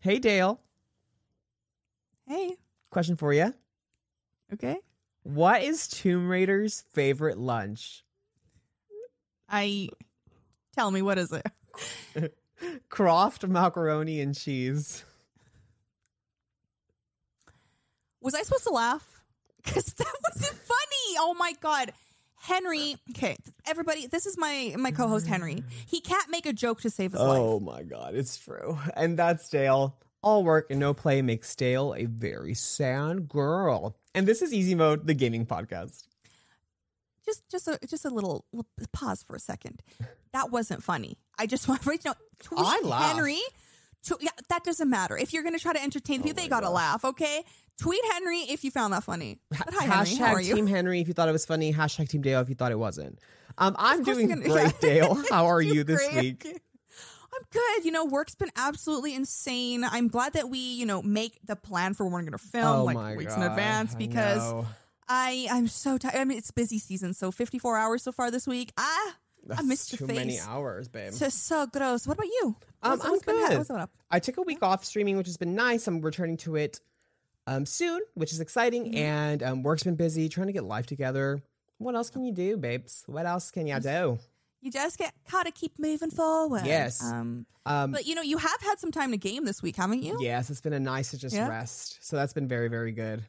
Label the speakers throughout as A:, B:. A: Hey, Dale.
B: Hey.
A: Question for you.
B: Okay.
A: What is Tomb Raider's favorite lunch?
B: I tell me what is it?
A: Croft macaroni and cheese.
B: Was I supposed to laugh? Because that wasn't funny. Oh my god. Henry, okay, everybody, this is my my co-host Henry. He can't make a joke to save his
A: Oh
B: life.
A: my god, it's true. And that's Dale. All work and no play makes Dale a very sad girl. And this is Easy Mode, the gaming podcast.
B: Just just a just a little, little pause for a second. That wasn't funny. I just want everybody to know. Tweet
A: I laughed.
B: Henry. Tw- yeah, that doesn't matter. If you're going to try to entertain the
A: Oh
B: people, they got to laugh, okay? Tweet Henry if you found that funny. But hi Henry,
A: hashtag
B: how are you?
A: Team Henry if you thought it was funny. Hashtag Team Dale if you thought it wasn't. Um, I'm
B: course
A: doing
B: you're gonna-
A: great, Dale. How are you this
B: Great.
A: week?
B: I'm good. You know, work's been absolutely insane. I'm glad that we, you know, make the plan for when we're going to film
A: oh my
B: like weeks in
A: God,
B: advance
A: I
B: because
A: know.
B: I, I'm so tired. I mean, it's busy season, so 54 hours so far this week. Ah, I
A: That's
B: missed
A: too
B: your face.
A: many hours, babe.
B: So, so gross. What about you?
A: Um,
B: What's-
A: I'm
B: what's been ha-
A: good.
B: what's been up?
A: I took a week off streaming, which has been nice. I'm returning to it um, soon, which is exciting.
B: Mm-hmm.
A: And um, work's been busy trying to get life together. What else can you do, babes? What else can you do?
B: You just get gotta keep moving forward.
A: Yes.
B: Um,
A: Um,
B: but you know, you have had some time to game this week, haven't you?
A: yes, it's been a nice to just
B: Yeah.
A: rest. So that's been very, very good.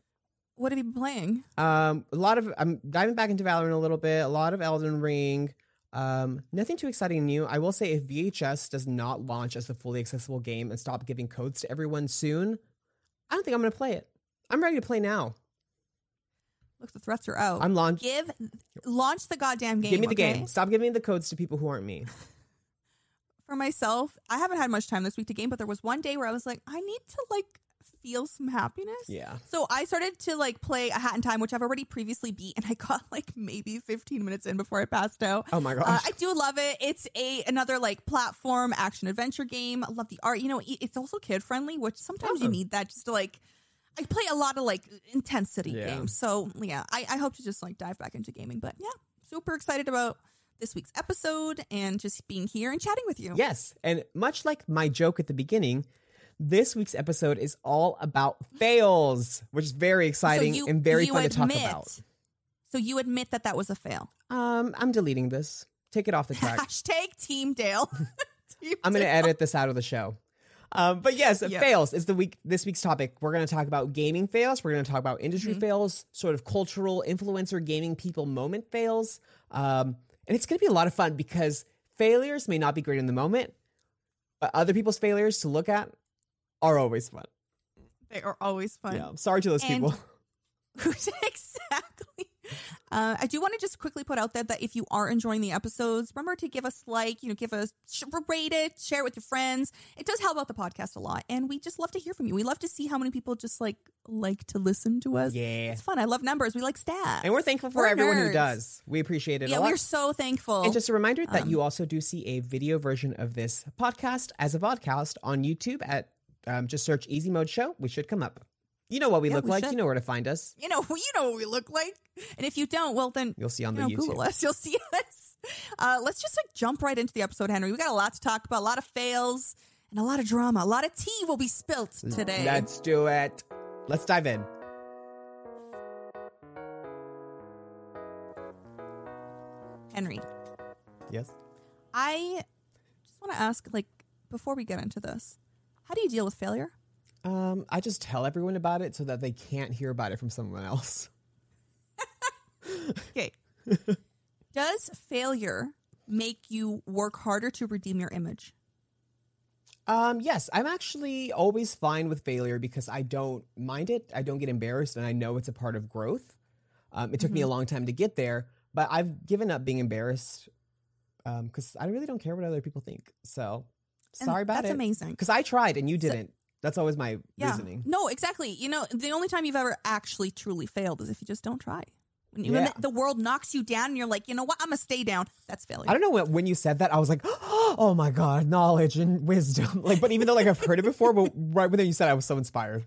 B: What have you been playing?
A: Um, a lot of I'm diving back into Valorant a little bit. A lot of Elden Ring. Um, nothing too exciting and new. I will say, if VHS does not launch as a fully accessible game and stop giving codes to everyone soon, I don't think I'm going to play it. I'm ready to play now.
B: Look, the threats are out.
A: I'm launch.
B: Give, launch the goddamn Oh. game.
A: Give me the
B: okay?
A: game. Stop giving the codes to people who aren't me.
B: for myself, I haven't had much time this week to game, but there was one day where I was like, I need to like feel some happiness.
A: Yeah.
B: So I started to like play A Hat in Time, which I've already previously beat, and I got like maybe 15 minutes in before I passed out.
A: Oh my gosh.
B: Uh, I do love it. It's a another like platform action adventure game. I love the art. You know, it- it's also kid friendly, which sometimes you
A: Oh.
B: need that just to like. I play a lot of like intensity
A: Yeah.
B: games, so yeah, I, I hope to just like dive back into gaming. But yeah, super excited about this week's episode and just being here and chatting with you.
A: yes, and much like my joke at the beginning, this week's episode is all about fails, which is very exciting
B: you-
A: and very
B: you
A: fun to talk
B: admit-
A: about.
B: So you admit that that was a fail.
A: Um, I'm deleting this. Take it off the track.
B: Hashtag Team Dale. Team
A: I'm going to
B: Dale.
A: edit this out of the show. Um, but yes,
B: Yeah.
A: fails is the week this week's topic. We're going to talk about gaming fails. We're going to talk about industry
B: Mm-hmm.
A: fails, sort of cultural influencer gaming people moment fails, um, and it's going to be a lot of fun because failures may not be great in the moment, but other people's failures to look at are always fun.
B: They are always fun.
A: Yeah, sorry to those
B: And-
A: people.
B: exactly. Uh, I do want to just quickly put out there that if you are enjoying the episodes, remember to give us like, you know, give us sh- rate it, share it with your friends. It does help out the podcast a lot, and we just love to hear from you. We love to see how many people just like like to listen to us.
A: Yeah,
B: It's fun. I love numbers. We like stats,
A: and we're thankful for
B: We're
A: everyone who
B: nerds.
A: does. We appreciate it
B: Yeah,
A: a lot.
B: we're so thankful.
A: And just a reminder
B: um,
A: that you also do see a video version of this podcast as a podcast on YouTube at um, just search Easy Mode Show. We should come up. You know what we
B: Yeah,
A: look
B: we
A: like.
B: should.
A: You know where to find us.
B: you know, you know what we look like, and if you don't, well, then
A: You'll see on
B: you
A: the
B: know,
A: YouTube.
B: Google us. You'll see us. Uh, let's just like jump right into the episode, Henry. We got a lot to talk about, a lot of fails, and a lot of drama. A lot of tea will be spilt today.
A: Let's do it. Let's dive in.
B: Henry,
A: Yes.
B: I just want to ask, like, before we get into this, how do you deal with failure?
A: Um, I just tell everyone about it so that they can't hear about it from someone else.
B: Okay. Does failure make you work harder to redeem your image?
A: Um, yes, I'm actually always fine with failure because I don't mind it. I don't get embarrassed, and I know it's a part of growth. Um, it took me
B: Mm-hmm.
A: a long time to get there, but I've given up being embarrassed because I really don't care what other people think. So
B: And
A: sorry about
B: that's
A: it.
B: amazing.
A: Because I tried and you didn't. that's always my reasoning.
B: No, exactly. You know, the only time you've ever actually truly failed is if you just don't try. When, you, when
A: Yeah.
B: the world knocks you down and you're like, you know what, I'm going to stay down. That's failure.
A: I don't know when, when you said that. I was like, oh my god, knowledge and wisdom. Like, but even though like I've heard it before, but right when you said, it, I was so inspired.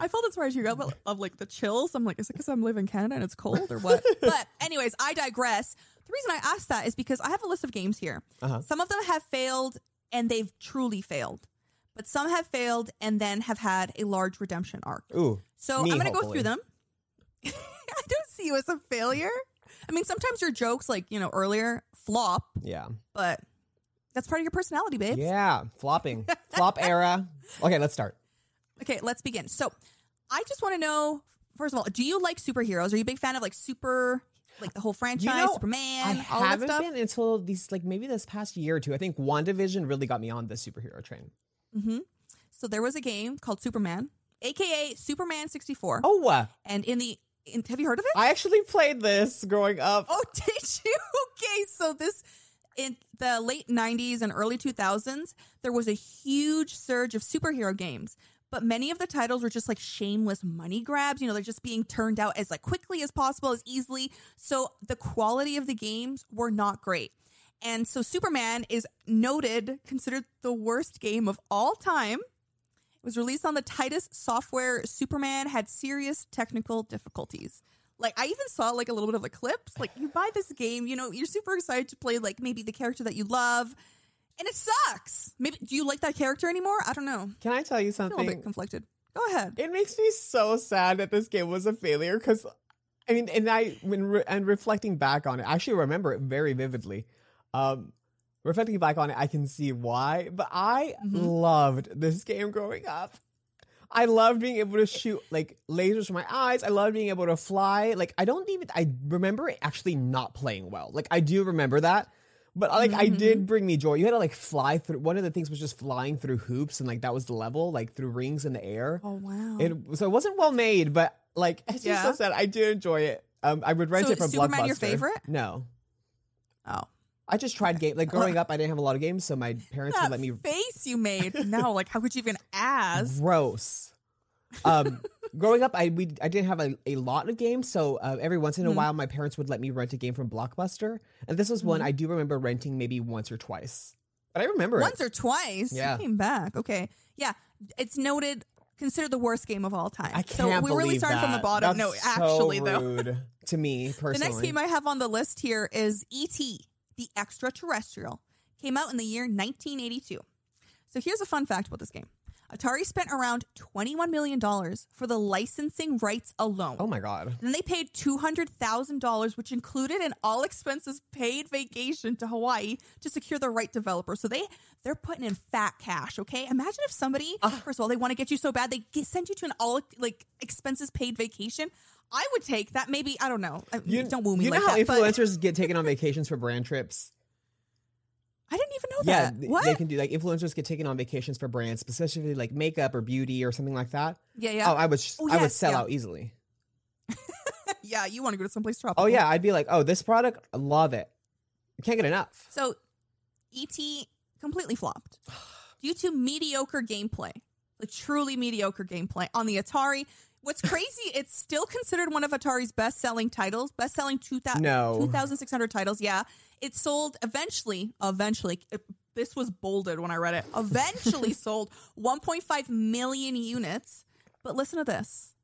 B: I felt inspired to go but of like the chills. I'm like, is it because I'm living in Canada and it's cold or what? but anyways, I digress. The reason I asked that is because I have a list of games here.
A: Uh-huh.
B: Some of them have failed and they've truly failed. but some have failed and then have had a large redemption arc.
A: Ooh,
B: So
A: Me,
B: I'm going to go
A: hopefully.
B: through them. I don't see you as a failure. I mean, sometimes your jokes, like, you know, earlier flop,
A: yeah,
B: but that's part of your personality, babe.
A: yeah, flopping, flop era. Okay, let's start.
B: Okay, let's begin. So I just want to know first of all, do you like superheroes? Are you a big fan of like super, like the whole franchise,
A: know, I
B: Superman, all that
A: haven't
B: stuff?
A: been until these like maybe this past year or two. I think WandaVision really got me on the superhero train.
B: hmm So there was a game called Superman, aka Superman 64.
A: Oh, uh,
B: And in the, in, have you heard of it?
A: I actually played this growing up.
B: Oh, did you? Okay, so this in the late 90s and early 2000s, there was a huge surge of superhero games. But many of the titles were just like shameless money grabs. You know, they're just being turned out as like quickly as possible, as easily. So the quality of the games were not great. And so Superman is noted, considered the worst game of all time. It was released on the Titus software. Superman had serious technical difficulties. Like I even saw like a little bit of a clip. Like you buy this game, you know, you're super excited to play like maybe the character that you love, and it sucks. Maybe do you like that character anymore? I don't know.
A: Can I tell you
B: I'm a little
A: something?
B: bit conflicted. Go ahead.
A: It makes me so sad that this game was a failure because, I mean, and I when re- and reflecting back on it, I actually remember it very vividly. Um, reflecting back on it, I can see why. But I
B: Mhm.
A: loved this game growing up. I loved being able to shoot like lasers from my eyes. I loved being able to fly. Like I don't even I remember it actually not playing well. Like I do remember that. But like I did bring me joy. You had to like fly through one of the things was just flying through hoops and like that was the level, like through rings in the air.
B: Oh wow.
A: It so it wasn't well made, but like it's just so
B: Yeah.
A: sad. I do enjoy it. Um, I would rent
B: So
A: it from
B: is Superman
A: Blockbuster.
B: your favorite?
A: No,
B: oh,
A: I just tried game. Like growing up, I didn't have a lot of games, so my parents
B: that
A: would let me.
B: face you made. no, like how could you even ask?
A: Gross. Um, growing up, I we I didn't have a, a lot of games, so uh, every once in a
B: Mhm.
A: while, my parents would let me rent a game from Blockbuster, and this was one
B: Mhm.
A: I do remember renting maybe once or twice. But I remember
B: Once
A: it.
B: or twice. You
A: Yeah.
B: came back. Okay. Yeah. It's noted. Considered the worst game of all time.
A: I can't
B: so we really
A: believe
B: started from the
A: that.
B: bottom. no,
A: That's so
B: actually though.
A: rude to me personally.
B: The next game I have on the list here is E.T., the extraterrestrial. Came out in the year 1982. So here's a fun fact about this game Atari spent around $21 million for the licensing rights alone.
A: oh my god.
B: Then they paid $200,000, which included an all expenses paid vacation to Hawaii to secure the right developer. So they, they're putting in fat cash, okay? Imagine if somebody, first of all, they want to get you so bad, they get, send you to an all like expenses paid vacation. I would take that. Maybe, I don't know. I- don't woo me
A: You
B: like
A: know how
B: that. But
A: influencers get taken on vacations for brand trips?
B: I didn't even know
A: Yeah,
B: that.
A: th-
B: What?
A: they can do like influencers get taken on vacations for brands, specifically like makeup or beauty or something like that.
B: yeah, yeah.
A: Oh, I would, sh-
B: Oh,
A: I would
B: yes,
A: sell
B: yeah.
A: out easily.
B: yeah, you want to go to someplace tropical.
A: Oh yeah, I'd be like, oh, this product, I love it. I can't get enough.
B: So, E.T. completely flopped due to mediocre gameplay, like truly mediocre gameplay on the Atari. What's crazy, it's still considered one of Atari's best selling titles, best selling 2000,
A: No.
B: 2,600 titles. Yeah. It sold eventually, eventually, it- this was bolded when I read it, eventually sold 1.5 million units. But listen to this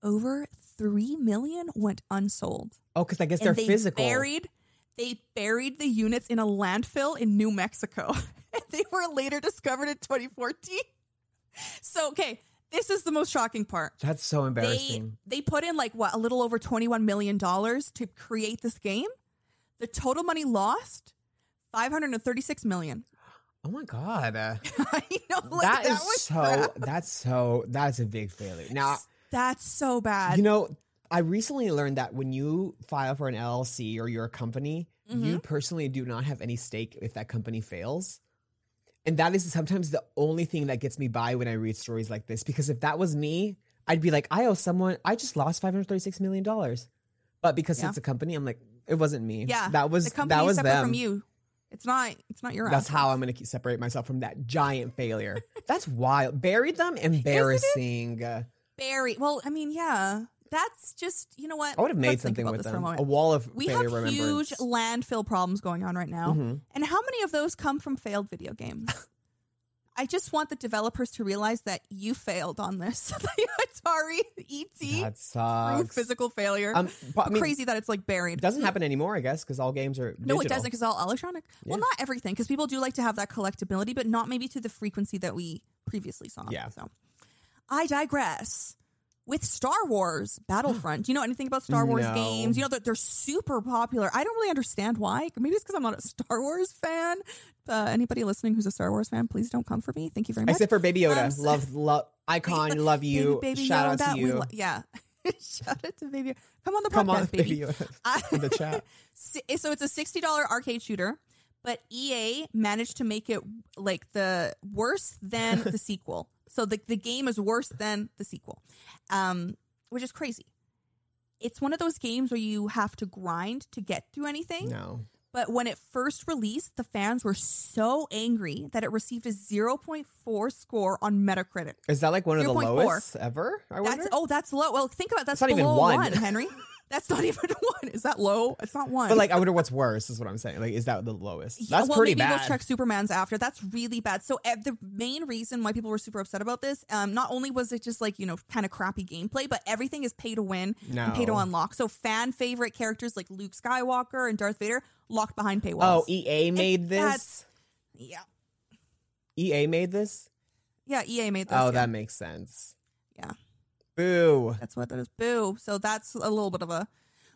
B: over 3 million went unsold
A: Oh, because I guess they're
B: and they
A: physical.
B: Buried, they buried the units in a landfill in New Mexico. and they were later discovered in 2014. So, okay, this is the most shocking part.
A: That's so
B: They
A: embarrassing.
B: they put in like what a little over 21 million dollars to create this game. The total money lost 536 million.
A: oh my god, uh,
B: I know like,
A: that
B: that,
A: is
B: was
A: so.
B: crap.
A: That's so. That's a big failure. Now,
B: that's so bad.
A: You know, I recently learned that when you file for an LLC or you're a company,
B: Mm-hmm.
A: you personally do not have any stake if that company fails. And that is sometimes the only thing that gets me by when I read stories like this. Because if that was me, I'd be like, I owe someone, I just lost $536 million. But because
B: Yeah.
A: it's a company, I'm like, it wasn't me.
B: yeah,
A: That was,
B: the company
A: that was
B: separate
A: them.
B: from you. It's not. It's not your.
A: That's
B: asshole.
A: how I'm going to separate myself from that giant failure. That's wild. Buried them? Embarrassing. Uh,
B: Barry. Well, I mean, yeah, that's just you know what.
A: I would have made
B: Let's think
A: something
B: about
A: with
B: this for a
A: them.
B: moment.
A: A, wall of
B: we have
A: failure remembrance.
B: huge landfill problems going on right now,
A: Mhm.
B: and how many of those come from failed video games? I just want the developers to realize that you failed on this. the Atari ET
A: That
B: through
A: sucks.
B: physical failure.
A: Um, but, I mean,
B: Crazy that it's like buried.
A: It doesn't happen anymore, I guess, because all games are digital.
B: No, it doesn't because it's all electronic. Well,
A: Yeah.
B: not everything because people do like to have that collectability, but not maybe to the frequency that we previously saw.
A: Yeah.
B: So I digress. With Star Wars Battlefront, do you know anything about Star Wars
A: No.
B: games? You know that they're, super popular. I don't really understand why. Maybe it's because I'm not a Star Wars fan. Uh, anybody listening who's a Star Wars fan, please don't come for me. Thank you very much.
A: Except for Baby
B: Um,
A: Yoda.
B: so-
A: love, love, icon, love you.
B: Baby, baby
A: Shout out
B: Yoda,
A: to
B: we
A: you.
B: lo- yeah. Shout out to Baby. Come on the podcast,
A: Come on,
B: baby.
A: Baby Yoda.
B: I-
A: In the chat.
B: Si- eh, so it's a sixty dollar arcade shooter, but EA managed to make it like the worse than the sequel. So the the game is worse than the sequel, um, which is crazy. It's one of those games where you have to grind to get through anything.
A: No.
B: But when it first released, the fans were so angry that it received a 0.4 score on Metacritic.
A: Is that like one of the
B: 0.4.
A: lowest ever? I wonder.
B: That's oh, that's low. Well, think about that's
A: It's not even
B: below
A: one.
B: one. Henry. That's not even one. Is that low? It's not one.
A: But like, I wonder what's worse. Is what I'm saying. Like, is that the lowest?
B: Yeah,
A: That's
B: well,
A: pretty
B: maybe
A: bad.
B: We'll check Superman's after. That's really bad. So eh, the main reason why people were super upset about this, um, not only was it just like you know kind of crappy gameplay, but everything is pay to win and pay to
A: No.
B: unlock. So fan favorite characters like Luke Skywalker and Darth Vader locked behind paywalls.
A: oh, EA made this.
B: that's- yeah,
A: EA made this.
B: yeah. EA made this.
A: Oh,
B: yeah.
A: that makes sense.
B: Yeah.
A: Boo.
B: That's what that is. Boo. So that's a little bit of a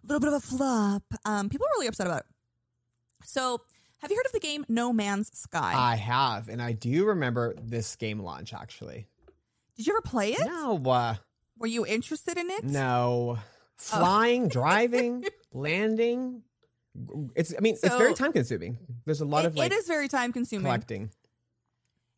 B: little bit of a flop. Um, people are really upset about it. So have you heard of the game No Man's Sky?
A: I have, and I do remember this game launch actually.
B: Did you ever play it?
A: No, uh,
B: Were you interested in it? Oh.
A: no, flying, driving, landing. It's. I mean, it's
B: So-
A: very time consuming. There's a lot
B: It-
A: of like
B: it is very time consuming.
A: collecting.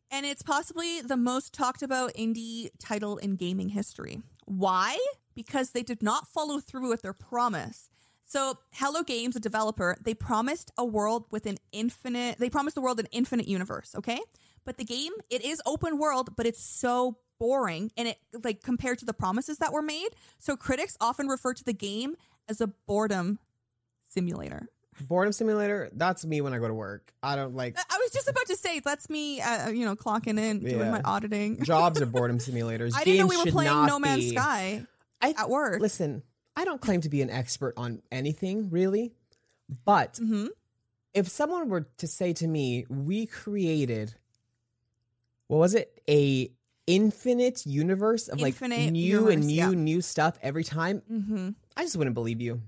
B: And it's possibly the most talked about indie title in gaming history. Why? Because they did not follow through with their promise. So, Hello Games, a developer, they promised a world with an infinite, they promised the world an infinite universe, okay? But the game, it is open world, but it's so boring and it like compared to the promises that were made. So, critics often refer to the game as a boredom simulator.
A: Boredom simulator. That's me when I go to work. I don't like
B: I- I was just about to say, that's me, uh, you know, clocking in, doing
A: Yeah.
B: my auditing.
A: jobs are boredom simulators.
B: I didn't know
A: Games
B: we were
A: should
B: playing
A: not
B: No Man's
A: be.
B: Sky
A: I-
B: at work.
A: Listen, I don't claim to be an expert on anything really, but
B: hmm
A: if someone were to say to me, "We created," what was it? A infinite universe of like
B: Infinite
A: new and
B: universe,
A: new
B: yeah.
A: new stuff every time.
B: hmm
A: I just wouldn't believe you.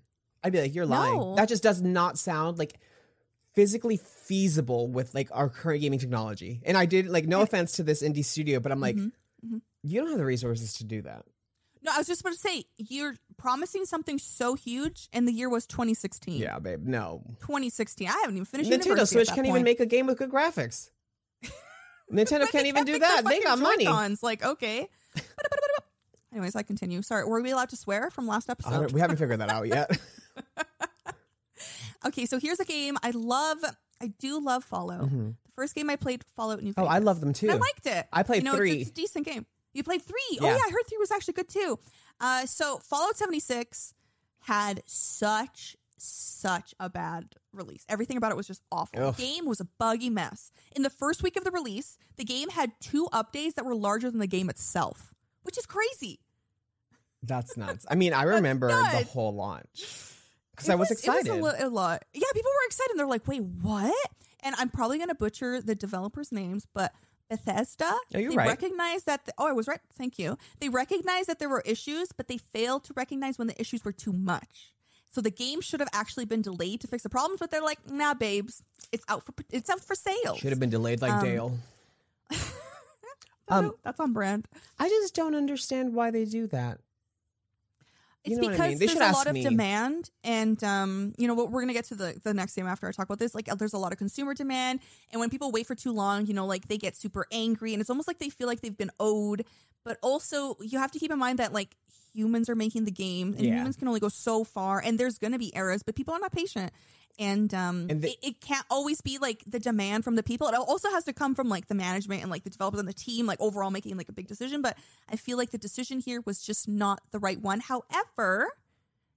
A: I'd be like, "You're lying."
B: No.
A: That just does not sound like physically feasible with like our current gaming technology. And I did like no offense to this indie studio, but I'm like,
B: Mhm, mhm.
A: you don't have the resources to do that.
B: No, I was just about to say you're promising something so huge, and the year was 2016.
A: Yeah, babe. No,
B: 2016. I haven't even finished
A: Nintendo
B: Mm. university
A: Switch
B: at that
A: can't
B: point.
A: even make a game with good graphics.
B: But
A: Nintendo
B: they
A: can't even do
B: make the
A: that. They
B: fucking
A: got money.
B: Joy-Cons. Like okay. Anyways, I continue. Sorry, were we allowed to swear from last
A: I don't-
B: episode?
A: we haven't figured that out yet.
B: Okay, so here's a game I love. I do love Fallout.
A: Mhm.
B: The first game I played Fallout New
A: Oh,
B: Vegas.
A: I love them too.
B: I liked it.
A: I played
B: you know, it's-
A: three.
B: It's, a decent game. You played three. Oh
A: Yeah.
B: yeah, I heard three was actually good too. Uh, so Fallout seventy six had such such a bad release. Everything about it was just awful.
A: Ugh.
B: The game was a buggy mess. In the first week of the release, the game had two updates that were larger than the game itself, which is crazy.
A: That's nuts. I mean, I remember the
B: nuts.
A: whole launch because
B: It
A: I was,
B: It
A: excited.
B: was a, lo- a lot. Yeah, people were excited. They're like, "Wait, what?" And I'm probably going to butcher the developers' names, but Bethesda.
A: No, Oh, you're
B: they
A: right.
B: recognized that. The, oh, I was right. Thank you. They recognized that there were issues, but they failed to recognize when the issues were too much. So the game should have actually been delayed to fix the problems, but they're like, "Nah, babes, it's out for it's out for sale."
A: Should have been delayed like
B: Um,
A: Dale. um,
B: that's on brand.
A: I just don't understand why they do that.
B: It's
A: know what I
B: because
A: mean? They
B: there's
A: should
B: a
A: ask
B: lot of
A: me.
B: demand, and um, you know what? We're gonna get to the the next game after I talk about this. Like, uh, there's a lot of consumer demand, and when people wait for too long, you know, like they get super angry, and it's almost like they feel like they've been owed. But also, you have to keep in mind that like humans are making the game, and
A: Yeah.
B: humans can only go so far, and there's gonna be errors, but people are not patient. And um,
A: And the-
B: it, it can't always be like the demand from the people. It also has to come from like the management and like the developers and the team, like overall making like a big decision. But I feel like the decision here was just not the right one. However,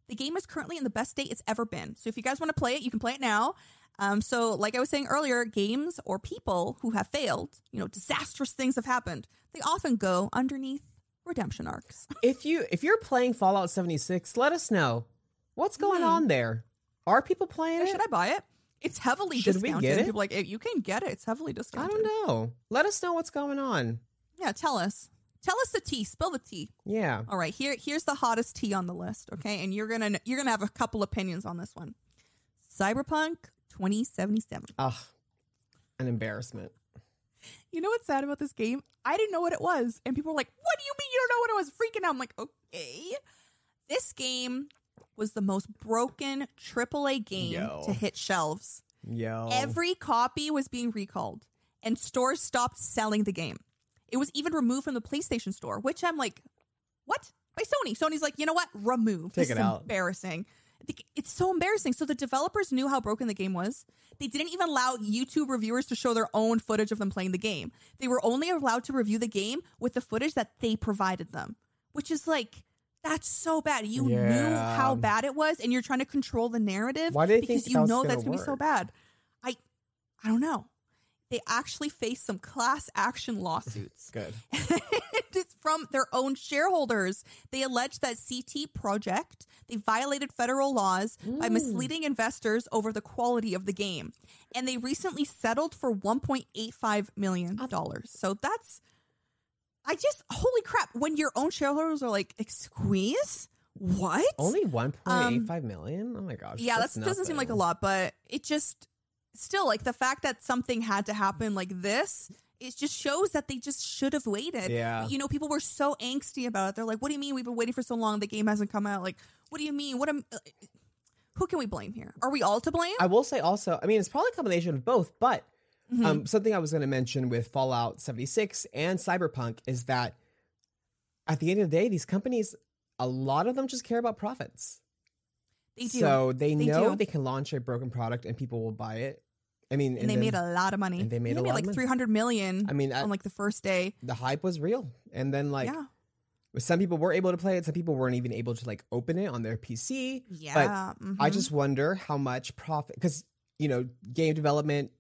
B: the game is currently in the best state it's ever been. So if you guys want to play it, you can play it now. Um, so like I was saying earlier, games or people who have failed, you know, disastrous things have happened. They often go underneath redemption arcs.
A: If you if you're playing Fallout 76, let us know what's going
B: Hmm.
A: on there. Are people playing it?
B: Should I buy it? It's heavily
A: Should we
B: discounted.
A: get it?
B: People are like "Eh, you can get it. It's heavily discounted.
A: I don't know. Let us know what's going on.
B: Yeah, tell us. Tell us the tea. Spill the tea.
A: Yeah.
B: All right, here here's the hottest tea on the list, okay? And you're going to you're going to have a couple opinions on this one. Cyberpunk 2077.
A: Ugh. An embarrassment.
B: You know what's sad about this game? I didn't know what it was. And people were like, What do you mean you don't know what it was? Freaking out. I'm like, Okay. This game was the most broken AAA game
A: Yo.
B: to hit shelves.
A: Yo.
B: Every copy was being recalled, and stores stopped selling the game. It was even removed from the PlayStation Store, which I'm like, what? By Sony. Sony's like, you know what? Remove.
A: Take
B: this
A: it
B: is
A: out.
B: Embarrassing. I think It's so embarrassing. So the developers knew how broken the game was. They didn't even allow YouTube reviewers to show their own footage of them playing the game. They were only allowed to review the game with the footage that they provided them, which is like, that's so bad. You knew
A: Yeah.
B: how bad it was, and you're trying to control the narrative
A: Why do they think
B: because
A: that
B: you
A: was
B: know
A: gonna
B: that's gonna be so
A: work?
B: bad. I I don't know. They actually faced some class action
A: Mm-hmm.
B: lawsuits
A: Good.
B: it's from their own shareholders. They allege that CT Project they violated federal laws by
A: Mm.
B: misleading investors over the quality of the game, and they recently settled for 1.85 million dollars. So that's I just holy crap! When your own shareholders are like, "Excuse what?"
A: Only one point eight five million. Oh my gosh.
B: Um, yeah that's, doesn't seem like a
A: nothing.
B: lot but it just still like the fact that something had to happen like this it just shows that they just should have waited
A: Yeah.
B: you know people were so angsty about it they're like what do you mean we've been waiting for so long the game hasn't come out like what do you mean what am uh, who can we blame here are we all to blame
A: I will say also, I mean, it's probably a combination of both, but
B: Mhm.
A: um, something I was going to mention with Fallout 76 and Cyberpunk is that at the end of the day, these companies, a lot of them just care about profits.
B: they do
A: So they,
B: They
A: know
B: do.
A: they can launch a broken product and people will buy it. I mean,
B: and, they made a lot of money
A: and they made a lot of
B: like
A: money.
B: 300 million
A: I mean, I,
B: on like the first day
A: the hype was real, and then like
B: yeah
A: some people were able to play it, some people weren't even able to like open it on their PC.
B: yeah
A: I
B: mhm.
A: just wonder how much profit because you know game development.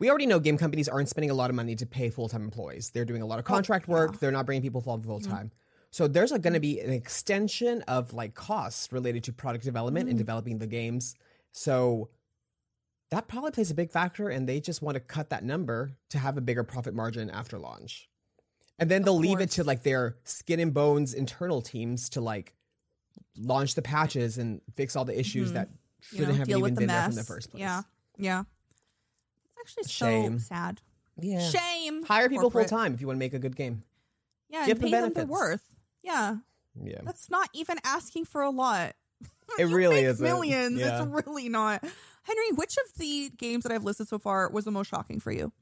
A: We already know game companies aren't spending a lot of money to pay full time employees. They're doing a lot of contract work.
B: Oh, yeah. Mm.
A: They're not bringing people full full time. So there's like going to be an extension of like costs related to product development and
B: Mm.
A: developing the games. So that probably plays a big factor, and they just want to cut that number to have a bigger profit margin after launch. And then
B: Of
A: they'll leave it
B: course.
A: to like their skin and bones internal teams to like launch the patches and fix all the issues
B: Mhm.
A: that
B: You
A: shouldn't
B: know,
A: have
B: deal with
A: even
B: the
A: been
B: mess
A: there from the first place.
B: yeah yeah it's actually so
A: Shame.
B: sad
A: Yeah.
B: shame
A: Hire people full
B: corporate.
A: time if you want to make a good game.
B: Yeah,
A: Give
B: and
A: them
B: pay them their
A: benefits.
B: worth. Yeah,
A: Yeah.
B: that's not even asking for a lot.
A: It really
B: Make
A: isn't.
B: millions.
A: Yeah.
B: It's really not. Henry, which of the games that I've listed so far was the most shocking for you?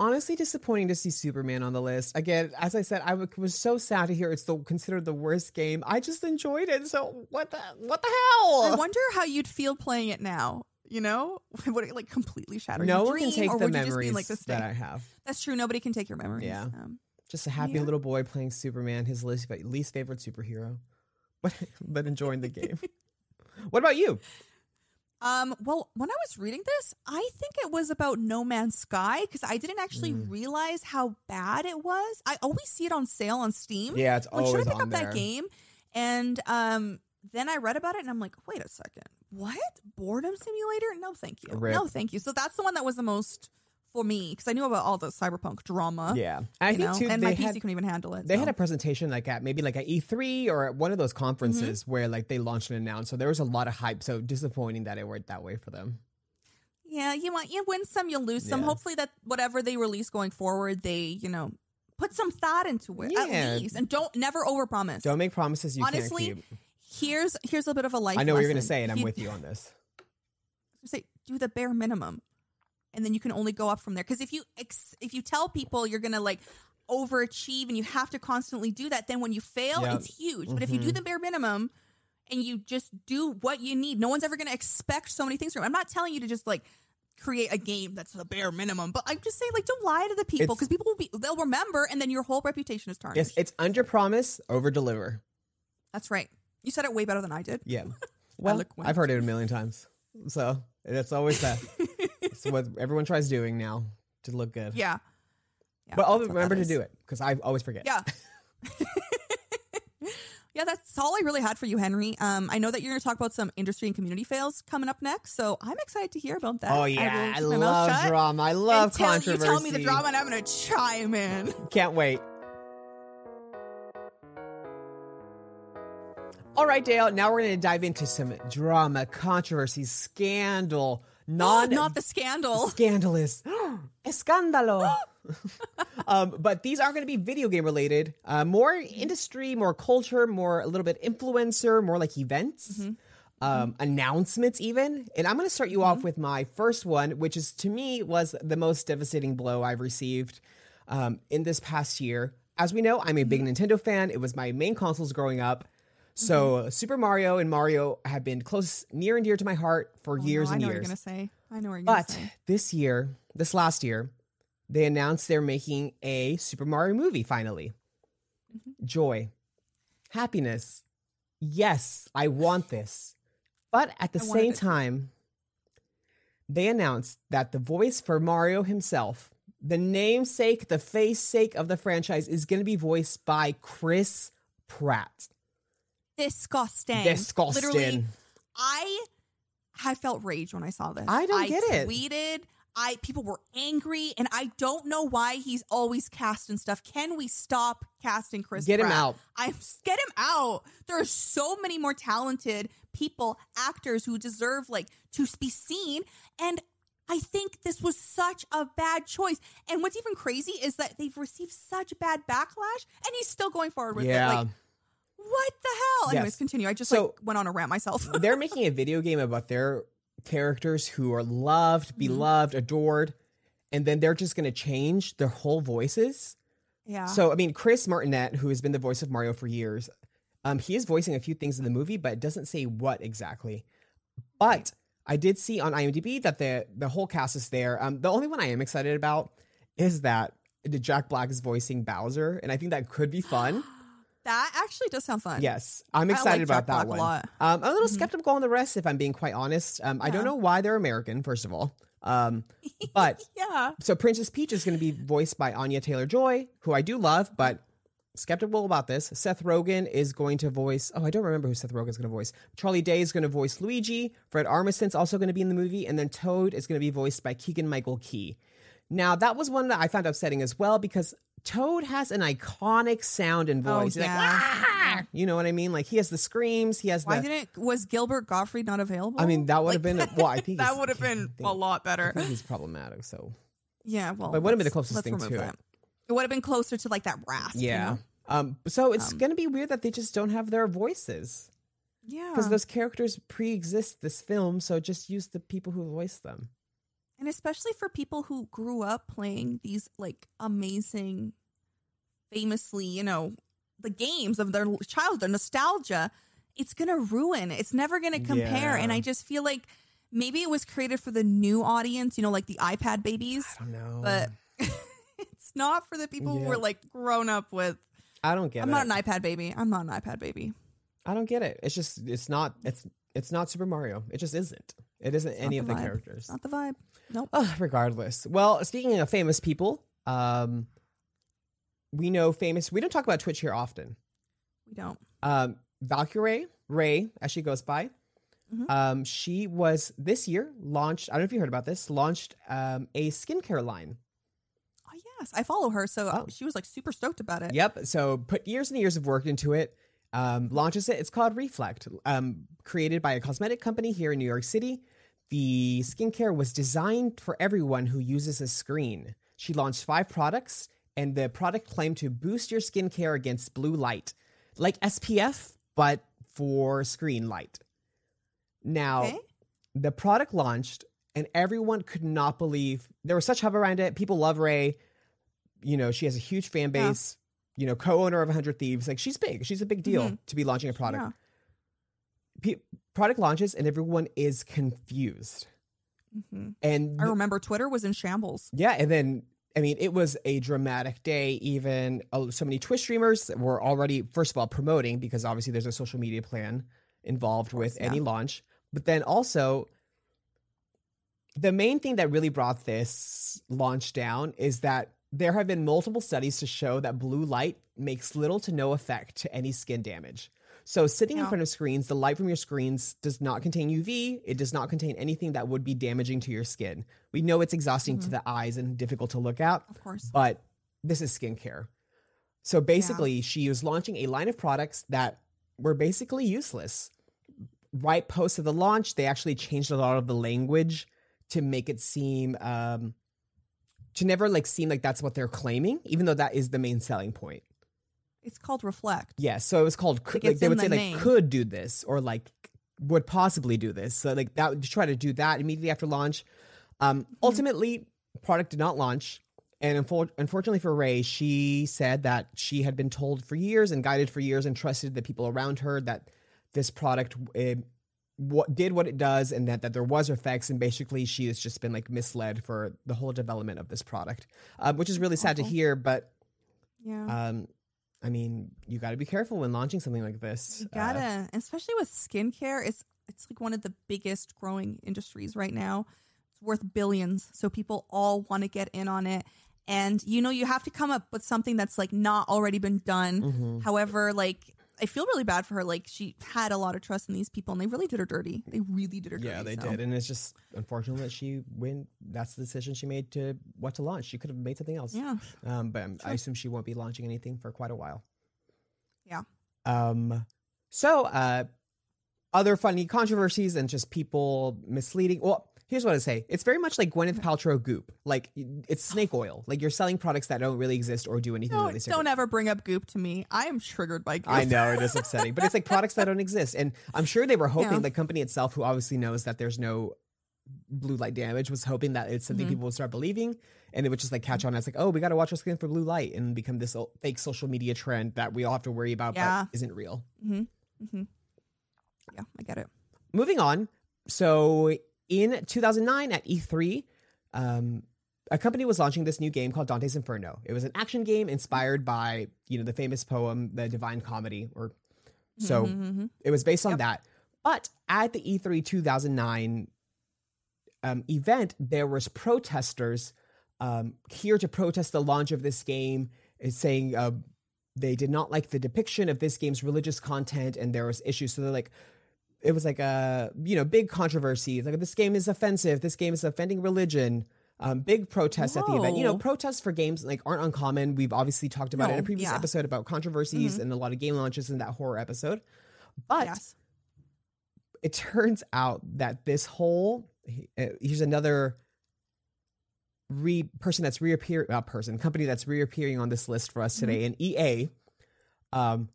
A: Honestly, disappointing to see Superman on the list. Again, as I said, I w- was so sad to hear it's the, considered the worst game. I just enjoyed it. So what the what the
B: I
A: hell?
B: wonder how you'd feel playing it now. You know, would it like completely shatter
A: no
B: your
A: one
B: dream,
A: can take
B: or
A: the
B: would you just be
A: memories
B: like this
A: that
B: thing?
A: I have.
B: That's true. Nobody can take your memories.
A: Yeah.
B: Um,
A: Just a happy
B: Yeah.
A: little boy playing Superman, his least, fa- least favorite superhero, but but enjoying the game. what about you?
B: Um, well, when I was reading this, I think it was about No Man's Sky because I didn't actually
A: Mm.
B: realize how bad it was. I always see it on sale on Steam.
A: Yeah, it's
B: like, should I
A: always
B: pick
A: on
B: up
A: there.
B: that game? And um, then I read about it and I'm like, wait a second, what boredom simulator? No, thank you.
A: Rip.
B: No, thank you. So that's the one that was the most for me because I knew about all the cyberpunk drama.
A: Yeah, And I
B: you
A: think
B: know?
A: too.
B: and
A: they
B: my
A: had,
B: PC couldn't even handle it.
A: they
B: so.
A: had a presentation like at maybe like at E3 or at one of those conferences
B: Mm-hmm.
A: where like they launched and announced. So there was a lot of hype. So disappointing that it worked that way for them.
B: Yeah, you want you win some, you lose some.
A: Yeah.
B: Hopefully that whatever they release going forward, they, you know, put some thought into it
A: Yeah.
B: at least. And don't never overpromise.
A: Don't make promises you
B: Honestly,
A: can't keep.
B: Here's here's a bit of a life.
A: I know what you're
B: going
A: gonna
B: to
A: say, and I'm with you on this.
B: Say do the bare minimum. And then you can only go up from there cuz if you ex- if you tell people you're going to like overachieve and you have to constantly do that, then when you fail,
A: Yeah.
B: it's huge. But if you do
A: Mhm.
B: the bare minimum and you just do what you need, no one's ever going to expect so many things from you. I'm not telling you to just like create a game that's the bare minimum. But I'm just saying, like, don't lie to the people
A: It's-
B: because people will be they'll remember, and then your whole reputation is tarnished.
A: Yes, it's under promise, over deliver.
B: That's right. You said it way better than I did.
A: Yeah. Well,
B: look
A: I've heard it a million times. So that's always that. it's what everyone tries doing now to look good.
B: Yeah. yeah
A: but I'll
B: that's what
A: remember
B: that
A: to
B: is.
A: do it because I always forget.
B: Yeah. yeah, that's all I really had for you, Henry. Um, I know that you're going to talk about some industry and community fails coming up next, so I'm excited to hear about that.
A: Oh
B: will
A: yeah, I,
B: keep my mouth
A: love
B: shut
A: drama. I love
B: until
A: controversy.
B: You tell me the drama, and I'm going to chime in.
A: Can't wait. All right, Dale, now we're going to dive into some drama, controversy, scandal, non
B: Not the scandal.
A: scandalous. Escándalo. um, but these aren't going to be video game related. Uh, more
B: Mm-hmm.
A: industry, more culture, more a little bit influencer, more like events,
B: Mm-hmm.
A: um, announcements, even. And I'm going to start you
B: Mm-hmm.
A: off with my first one, which is to me was the most devastating blow I've received um, in this past year. As we know, I'm a
B: Mm-hmm.
A: big Nintendo fan. It was my main consoles growing up. So
B: Mm-hmm.
A: Super Mario and Mario have been close, near and dear to my heart for
B: Oh, no,
A: years
B: I
A: and
B: know
A: years.
B: what you're gonna say. I know what you're gonna
A: But
B: say.
A: this year, this last year, they announced they're making a Super Mario movie finally.
B: Mm-hmm.
A: Joy, happiness. Yes, I want this. But at the
B: I wanted
A: same
B: it too.
A: time, they announced that the voice for Mario himself, the namesake, the face sake of the franchise, is going to be voiced by Chris Pratt.
B: Disgusting.
A: Disgusting.
B: Literally, I had felt rage when I saw this.
A: I don't get it.
B: Tweeted. I people were angry, and I don't know why he's always casting stuff. Can we stop casting Chris?
A: Get him
B: Pratt?
A: out.
B: I'm get him out. There are so many more talented people, actors who deserve like to be seen, and I think this was such a bad choice. And what's even crazy is that they've received such bad backlash, and he's still going forward with it. Like, what the hell? Anyways,
A: Yes.
B: continue. I just
A: So-
B: like went on a rant myself.
A: they're making a video game about their characters who are loved, beloved, adored, and then they're just going to change their whole voices.
B: yeah.
A: So, I mean, Chris Martinet, who has been the voice of Mario for years, um, he is voicing a few things in the movie, but it doesn't say what exactly. But I did see on IMDb that the the whole cast is there. Um, the only one I am excited about is that Jack Black is voicing Bowser, and I think that could be fun.
B: that actually does sound fun.
A: Yes, I'm
B: I like
A: excited about
B: Jack
A: that
B: Black a
A: one.
B: lot. Mm-hmm.
A: Um, I'm a little skeptical on the rest, if I'm being quite honest. Um, I don't
B: Yeah.
A: know why they're American, first of all. Um, but
B: Yeah.
A: so Princess Peach is going to be voiced by Anya Taylor Joy, who I do love, but skeptical about this. Seth Rogen is going to voice. Oh, I don't remember who Seth Rogen is going to voice. Charlie Day is going to voice Luigi. Fred Armisen's also going to be in the movie, and then Toad is going to be voiced by Keegan Michael Key. Now that was one that I found upsetting as well because Toad has an iconic sound and
B: Oh,
A: voice. He's like,
B: yeah.
A: "Ah!" You know what I mean? Like he has the screams. He has
B: Why
A: the.
B: didn't was Gilbert Gottfried not available?
A: I mean, that would
B: Like,
A: have been. A, well, I think
B: that
A: he's-
B: would have
A: I
B: been
A: think-
B: a lot better.
A: I think he's problematic. So
B: Yeah, well,
A: But it would've been the
B: let's-
A: closest
B: let's
A: thing
B: remove
A: to it.
B: that. It would have been closer to like that rasp. you
A: yeah.
B: know?
A: Um. So it's
B: Um,
A: going to be weird that they just don't have their voices because
B: yeah.
A: those characters pre-exist this film. So just use the people who voice them.
B: and especially for people who grew up playing these like amazing, famously, you know, the games of their childhood, nostalgia. It's gonna ruin. It's never gonna compare. And
A: Yeah.
B: I just feel like maybe it was created for the new audience. You know, like the iPad babies,
A: I don't know.
B: but. It's not for the people who
A: Oh. Yeah.
B: were like grown up with.
A: I don't get
B: I'm
A: it.
B: not an iPad baby. I'm not an iPad baby.
A: I don't get it. It's just it's not it's it's not Super Mario. It just isn't. It isn't
B: It's not
A: any
B: the
A: of the
B: vibe.
A: characters.
B: It's not the vibe. Oh, Nope.
A: Ugh, regardless. Well, speaking of famous people, um, we know famous. We don't talk about Twitch here often.
B: We don't.
A: Um, Valkyrie Ray, as she goes by,
B: Mhm.
A: um, she was this year launched. I don't know if you heard about this. Launched um, a skincare line.
B: Oh yes, I follow her, so
A: Oh.
B: she was like super stoked about it.
A: Yep. So put years and years of work into it. Um, launches it. It's called Reflect. Um, created by a cosmetic company here in New York City. The skincare was designed for everyone who uses a screen. She launched five products, and the product claimed to boost your skincare against blue light, like SPF, but for screen light. Now,
B: Okay.
A: the product launched and everyone could not believe there was such hype around it people love ray you know she has a huge fan
B: Yeah.
A: base you know co-owner of 100 thieves like she's big she's a big deal
B: Mhm.
A: to be launching a product
B: Yeah.
A: Pe- product launches and everyone is confused
B: Mhm.
A: and
B: I remember Twitter was in shambles.
A: yeah and then i mean it was a dramatic day even oh, so many twitch streamers were already first of all promoting because obviously there's a social media plan involved with
B: yeah.
A: any launch but then also the main thing that really brought this launch down is that there have been multiple studies to show that blue light makes little to no effect to any skin damage. So, sitting in
B: Yeah.
A: front of screens, the light from your screens does not contain UV. It does not contain anything that would be damaging to your skin. We know it's exhausting to the eyes and difficult to look at,
B: Of course.
A: but this is skincare. So basically, she was launching a line of products that were basically useless. Right post of the launch, they actually changed a lot of the language to make it seem um, to never like seem like that's what they're claiming, even though that is the main selling point.
B: It's called reflect.
A: Yeah, so it was called could,
B: Like,
A: like
B: it's
A: they
B: in
A: would
B: the
A: say
B: name.
A: like could do this or like would possibly do this. So like that to try to do that immediately after launch. Um, ultimately, product did not launch, and unfor- unfortunately for Ray, she said that she had been told for years and guided for years and trusted the people around her that this product eh, what did what it does and that that there was effects and basically she has just been like misled for the whole development of this product, um, which is really sad to
B: awful.
A: hear, but.
B: Yeah.
A: Um, I mean, you got to be careful when launching something like this.
B: You
A: Uh,
B: gotta, and especially with skincare. It's it's like one of the biggest growing industries right now. It's worth billions, so people all want to get in on it. And you know, you have to come up with something that's like not already been done.
A: mhm.
B: However, like I feel really bad for her. Like she had a lot of trust in these people, and they really did her dirty. They really did her dirty.
A: Yeah, they
B: so.
A: did, and it's just unfortunate that she win. That's the decision she made to what to launch. She could have made something else.
B: Yeah.
A: Um, but um, I
B: Sure.
A: assume she won't be launching anything for quite a while.
B: Yeah.
A: Um. So, uh, other funny controversies and just people misleading. Well, here's what I say: it's very much like Gwyneth
B: Mm-hmm.
A: Paltrow goop. Like it's snake oil. Like you're selling products that don't really exist or do anything.
B: No,
A: really significant.
B: don't ever bring up goop to me. I am triggered by goop.
A: I know it is upsetting, but it's like products that don't exist, and I'm sure they were hoping
B: Yeah.
A: the company itself, who obviously knows that there's no blue light damage, was hoping that it's something
B: Mhm.
A: people would start believing, and it would just like catch on as like, oh, we got to watch our skin for blue light, and become this o- fake social media trend that we all have to worry about,
B: Yeah.
A: but isn't real.
B: hmm hmm Yeah, I get it.
A: Moving on, so in 2009 at E3, um, a company was launching this new game called Dante's Inferno. It was an action game inspired by you know the famous poem, the Divine Comedy, or so.
B: Mhm.
A: It was based on
B: Yep.
A: that. But at the E E3 2009 um, event, there was protesters um, here to protest the launch of this game, is saying uh, they did not like the depiction of this game's religious content, and there was issues. So they're like, it was like a you know big controversy. It's Like this game is offensive. This game is offending religion. Um, big protests at the event. You know,
B: Whoa.
A: protests for games like aren't uncommon. We've obviously talked about it in a
B: No,
A: previous
B: yeah. Mm-hmm.
A: episode about controversies and a lot of game launches in that horror episode. But
B: yes.
A: it turns out that this whole uh, here's another re person that's reappear uh, person company that's reappearing on this list for us
B: Mm-hmm.
A: today and EA um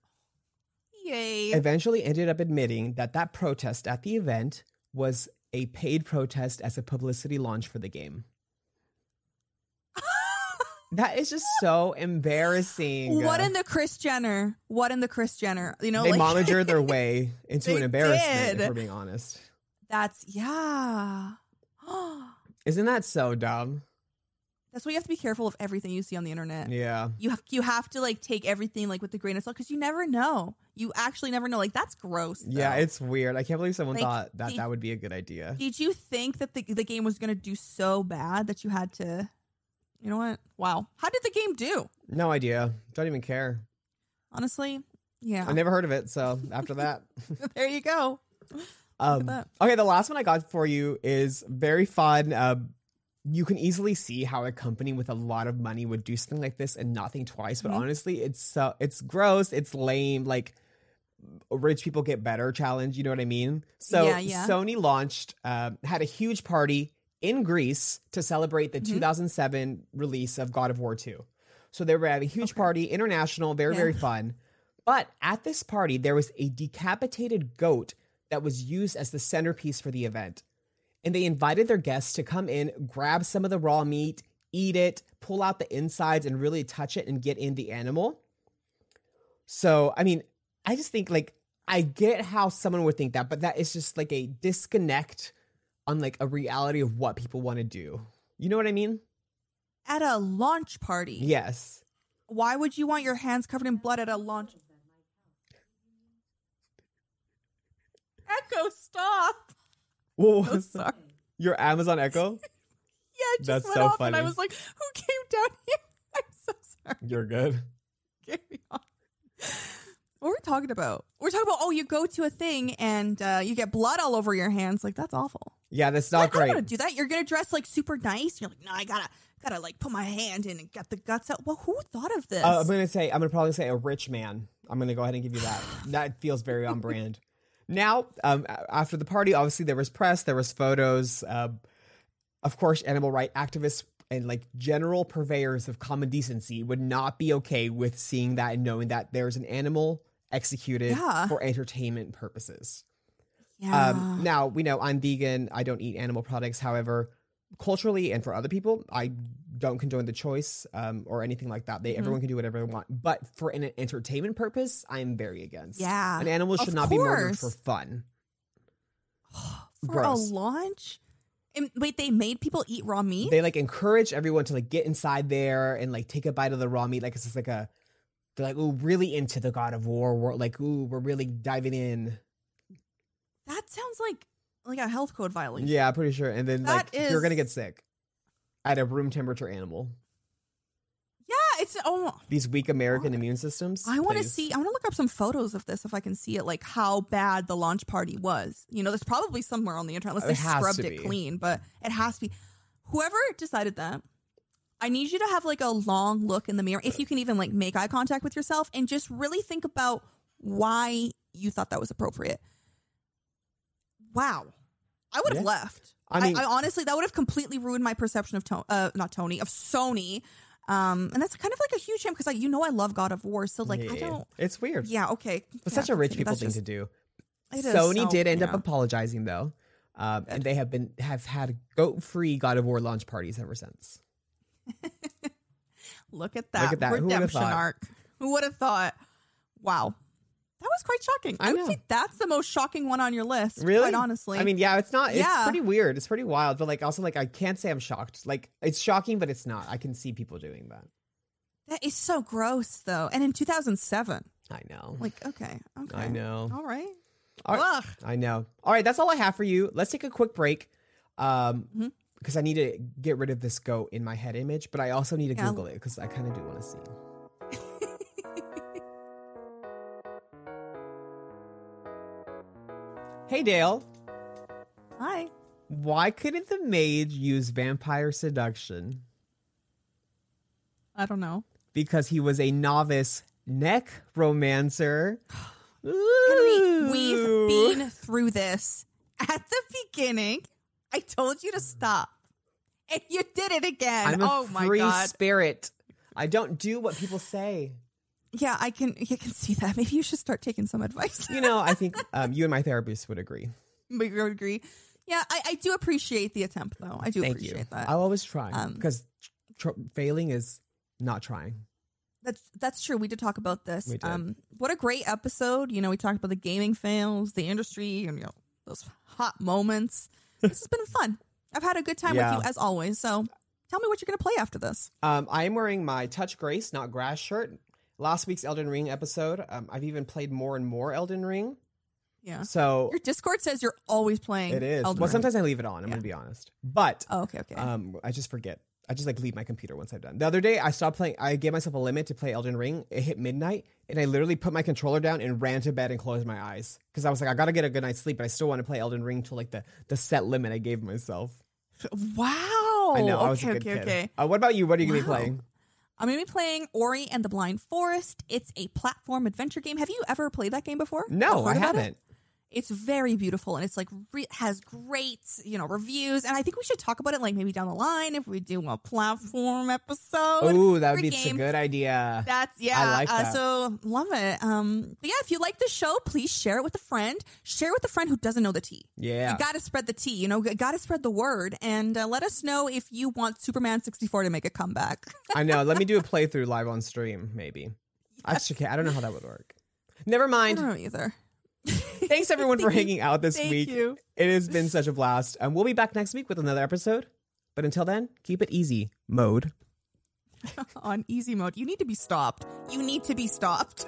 B: Yay.
A: eventually ended up admitting that that protest at the event was a paid protest as a publicity launch for the game that is just so embarrassing
B: What
A: Uh,
B: in the Chris Jenner? What in the Chris Jenner? You know,
A: they
B: like,
A: monitor their way into
B: They
A: an embarrassment if
B: did.
A: we're being honest
B: That's yeah.
A: isn't that so dumb
B: That's why you have to be careful of everything you see on the internet.
A: yeah
B: You ha- you have to like take everything like with a grain of salt because you never know. You actually never know. Like that's gross.
A: Yeah,
B: though.
A: it's weird. I can't believe someone
B: Like,
A: thought that
B: the-
A: that would be a good idea.
B: Did you think that the the game was gonna do so bad that you had to? You know what? Wow. How did the game do?
A: No idea. Don't even care.
B: Honestly, yeah.
A: I never heard of it. So after that,
B: there you go.
A: um,
B: that.
A: okay. The last one I got for you is very fun. Um, you can easily see how a company with a lot of money would do something like this and not think twice. But
B: Mhm.
A: honestly, it's so it's gross. It's lame. Like rich people get better challenge. You know what I mean? So
B: Yeah, yeah.
A: Sony launched um, had a huge party in Greece to celebrate the
B: Mhm.
A: 2007 release of God of War 2. So they were having a huge
B: Okay.
A: party, international, very
B: Yeah.
A: very fun. But at this party, there was a decapitated goat that was used as the centerpiece for the event. And they invited their guests to come in, grab some of the raw meat, eat it, pull out the insides, and really touch it and get in the animal. So, I mean, I just think like I get how someone would think that, but that is just like a disconnect on like a reality of what people want to do. You know what I mean?
B: At a launch party.
A: Yes.
B: Why would you want your hands covered in blood at a launch? Echo, stop!
A: Whoa,
B: Oh, sorry.
A: your Amazon Echo?
B: Yeah, it just
A: That's
B: went
A: so
B: off, and I
A: funny.
B: was like, "Who came down here?" I'm so sorry.
A: You're good.
B: Carry on. What were we talking about? We're talking about oh, you go to a thing and uh, you get blood all over your hands. Like that's awful.
A: Yeah, that's
B: I-
A: not
B: I don't
A: great.
B: want to do that. You're gonna dress like super nice. You're like, no, I gotta gotta like put my hand in and get the guts out. Well, who thought of this?
A: Uh, I'm gonna say I'm gonna probably say a rich man I'm going to go ahead and give you that. That feels very on brand. Now, um, a- after the party, obviously there was press, there was photos. Um, of course, animal right activists and like general purveyors of common decency would not be okay with seeing that and knowing that there's an animal executed
B: Yeah.
A: for entertainment purposes.
B: Yeah.
A: Um, now we know I'm vegan. I don't eat animal products. However, culturally and for other people, I don't condone the choice um, or anything like that. They
B: Mm-hmm.
A: everyone can do whatever they want, but for an entertainment purpose, I'm very against.
B: yeah.
A: an animal
B: Of
A: should not be murdered for
B: course.
A: fun.
B: For
A: gross.
B: a launch? And wait, they made people eat raw meat?
A: They like encourage everyone to like get inside there and like take a bite of the raw meat. Like it's just like a they're like ooh really into the God of War world. Like ooh we're really diving in.
B: that sounds like like a health code violation.
A: Yeah, pretty sure. And then
B: That
A: like you're
B: is-
A: gonna get sick at a room temperature animal.
B: Yeah, it's oh
A: These weak American immune systems.
B: I want to
A: please.
B: see. I want to look up some photos of this if I can see it, like how bad the launch party was. You know, there's probably somewhere on the internet unless
A: It
B: they
A: has to
B: scrubbed
A: be.
B: it clean, but it has to be. Whoever decided that, I need you to have like a long look in the mirror, if you can even like make eye contact with yourself, and just really think about why you thought that was appropriate. Wow, I would have
A: Yeah.
B: left.
A: I
B: I,
A: mean-
B: I, honestly, that would have completely ruined my perception of Tony, uh, not Tony, of Sony. Um, and that's kind of like a huge shame because, like, you know, I love God of War, so like, I
A: Yeah.
B: don't.
A: It's weird.
B: Yeah, okay.
A: It's
B: Yeah,
A: such a rich
B: continue.
A: people
B: That's
A: thing to
B: just-
A: do.
B: it is,
A: Sony
B: so,
A: did end up
B: yeah.
A: apologizing though, um, and they have been have had goat free God of War launch parties ever since.
B: Look at that.
A: at that. Who would've
B: Redemption
A: thought?
B: arc. Who would have thought? Wow. That was quite shocking.
A: I
B: I, would
A: know.
B: say that's the most shocking one on your list.
A: Really?
B: Quite honestly.
A: I mean, yeah, it's not. It's
B: Yeah.
A: pretty weird. It's pretty wild. But like, also, like, I can't say I'm shocked. Like, it's shocking, but it's not. I can see people doing that.
B: that is so gross, though. And in 2007.
A: I know.
B: Like, okay. Okay.
A: I know.
B: All right.
A: All right.
B: Ugh.
A: I know. All right, that's all I have for you. Let's take a quick break. Um,
B: Mhm.
A: because I need to get rid of this goat in my head image, but I also need to
B: Yeah.
A: Google it because I kind of do want to see. hey, Dale.
B: Hi.
A: Why couldn't the mage use vampire seduction?
B: I don't know.
A: Because he was a novice necromancer.
B: Henry,
A: Ooh.
B: we've been through this at the beginning. I told you to stop. And you did it again.
A: I'm a
B: oh my
A: free
B: god.
A: spirit. I don't do what people say.
B: Yeah, I can you can see that. Maybe you should start taking some advice.
A: You know, I think um, you and my therapist would agree.
B: But you agree. Yeah, I, I do appreciate the attempt though. I do
A: Thank
B: appreciate
A: you.
B: that.
A: I'll always try
B: Um,
A: because tr- failing is not trying.
B: That's that's true. We did talk about this.
A: We did.
B: Um what a great episode. You know, we talked about the gaming fails, the industry, and you know, those hot moments. This has been fun. I've had a good time
A: Yeah.
B: with you as always. So tell me what you're gonna play after this.
A: Um, I am wearing my Touch Grace, not Grass shirt. Last week's Elden Ring episode. Um, I've even played more and more Elden Ring.
B: Yeah.
A: So
B: Your Discord says you're always playing.
A: it is.
B: Elden
A: Well,
B: Ring.
A: sometimes I leave it on. I'm
B: Yeah.
A: gonna be honest, but
B: Oh, okay, okay.
A: um, I just forget. I just like leave my computer once I'm done. The other day, I stopped playing. I gave myself a limit to play Elden Ring. It hit midnight, and I literally put my controller down and ran to bed and closed my eyes because I was like, I gotta get a good night's sleep, but I still want to play Elden Ring till like the the set limit I gave myself.
B: wow.
A: I know.
B: Oh, Okay,
A: I was a good
B: okay,
A: kid.
B: okay.
A: Uh, what about you? What are you gonna be
B: Wow.
A: playing?
B: I'm going to be playing Ori and the Blind Forest. It's a platform adventure game. Have you ever played that game before? Or
A: No, I
B: heard Oh, about it?
A: haven't.
B: It's very beautiful and it's like re- has great, you know, reviews and I think we should talk about it like maybe down the line if we do a platform episode.
A: Ooh, that
B: for
A: would be such a
B: oh, game.
A: good idea.
B: That's yeah.
A: like that.
B: Uh, so love it. Um but yeah, if you like the show, please share it with a friend. Share it with a friend who doesn't know the tea.
A: yeah.
B: You got to spread the tea, you know, got to spread the word and uh, let us know if you want Superman 64 to make a comeback.
A: I know. Let me do a playthrough live on stream, maybe. Actually, okay, I don't know how that would work. Never
B: I
A: mind.
B: don't know either.
A: Thanks everyone for
B: Thank you.
A: hanging out this
B: Thank
A: week.
B: you.
A: It has been such a blast. And we'll be back next week with another episode. But until then, keep it easy mode.
B: on easy mode. You need to be stopped. You need to be stopped.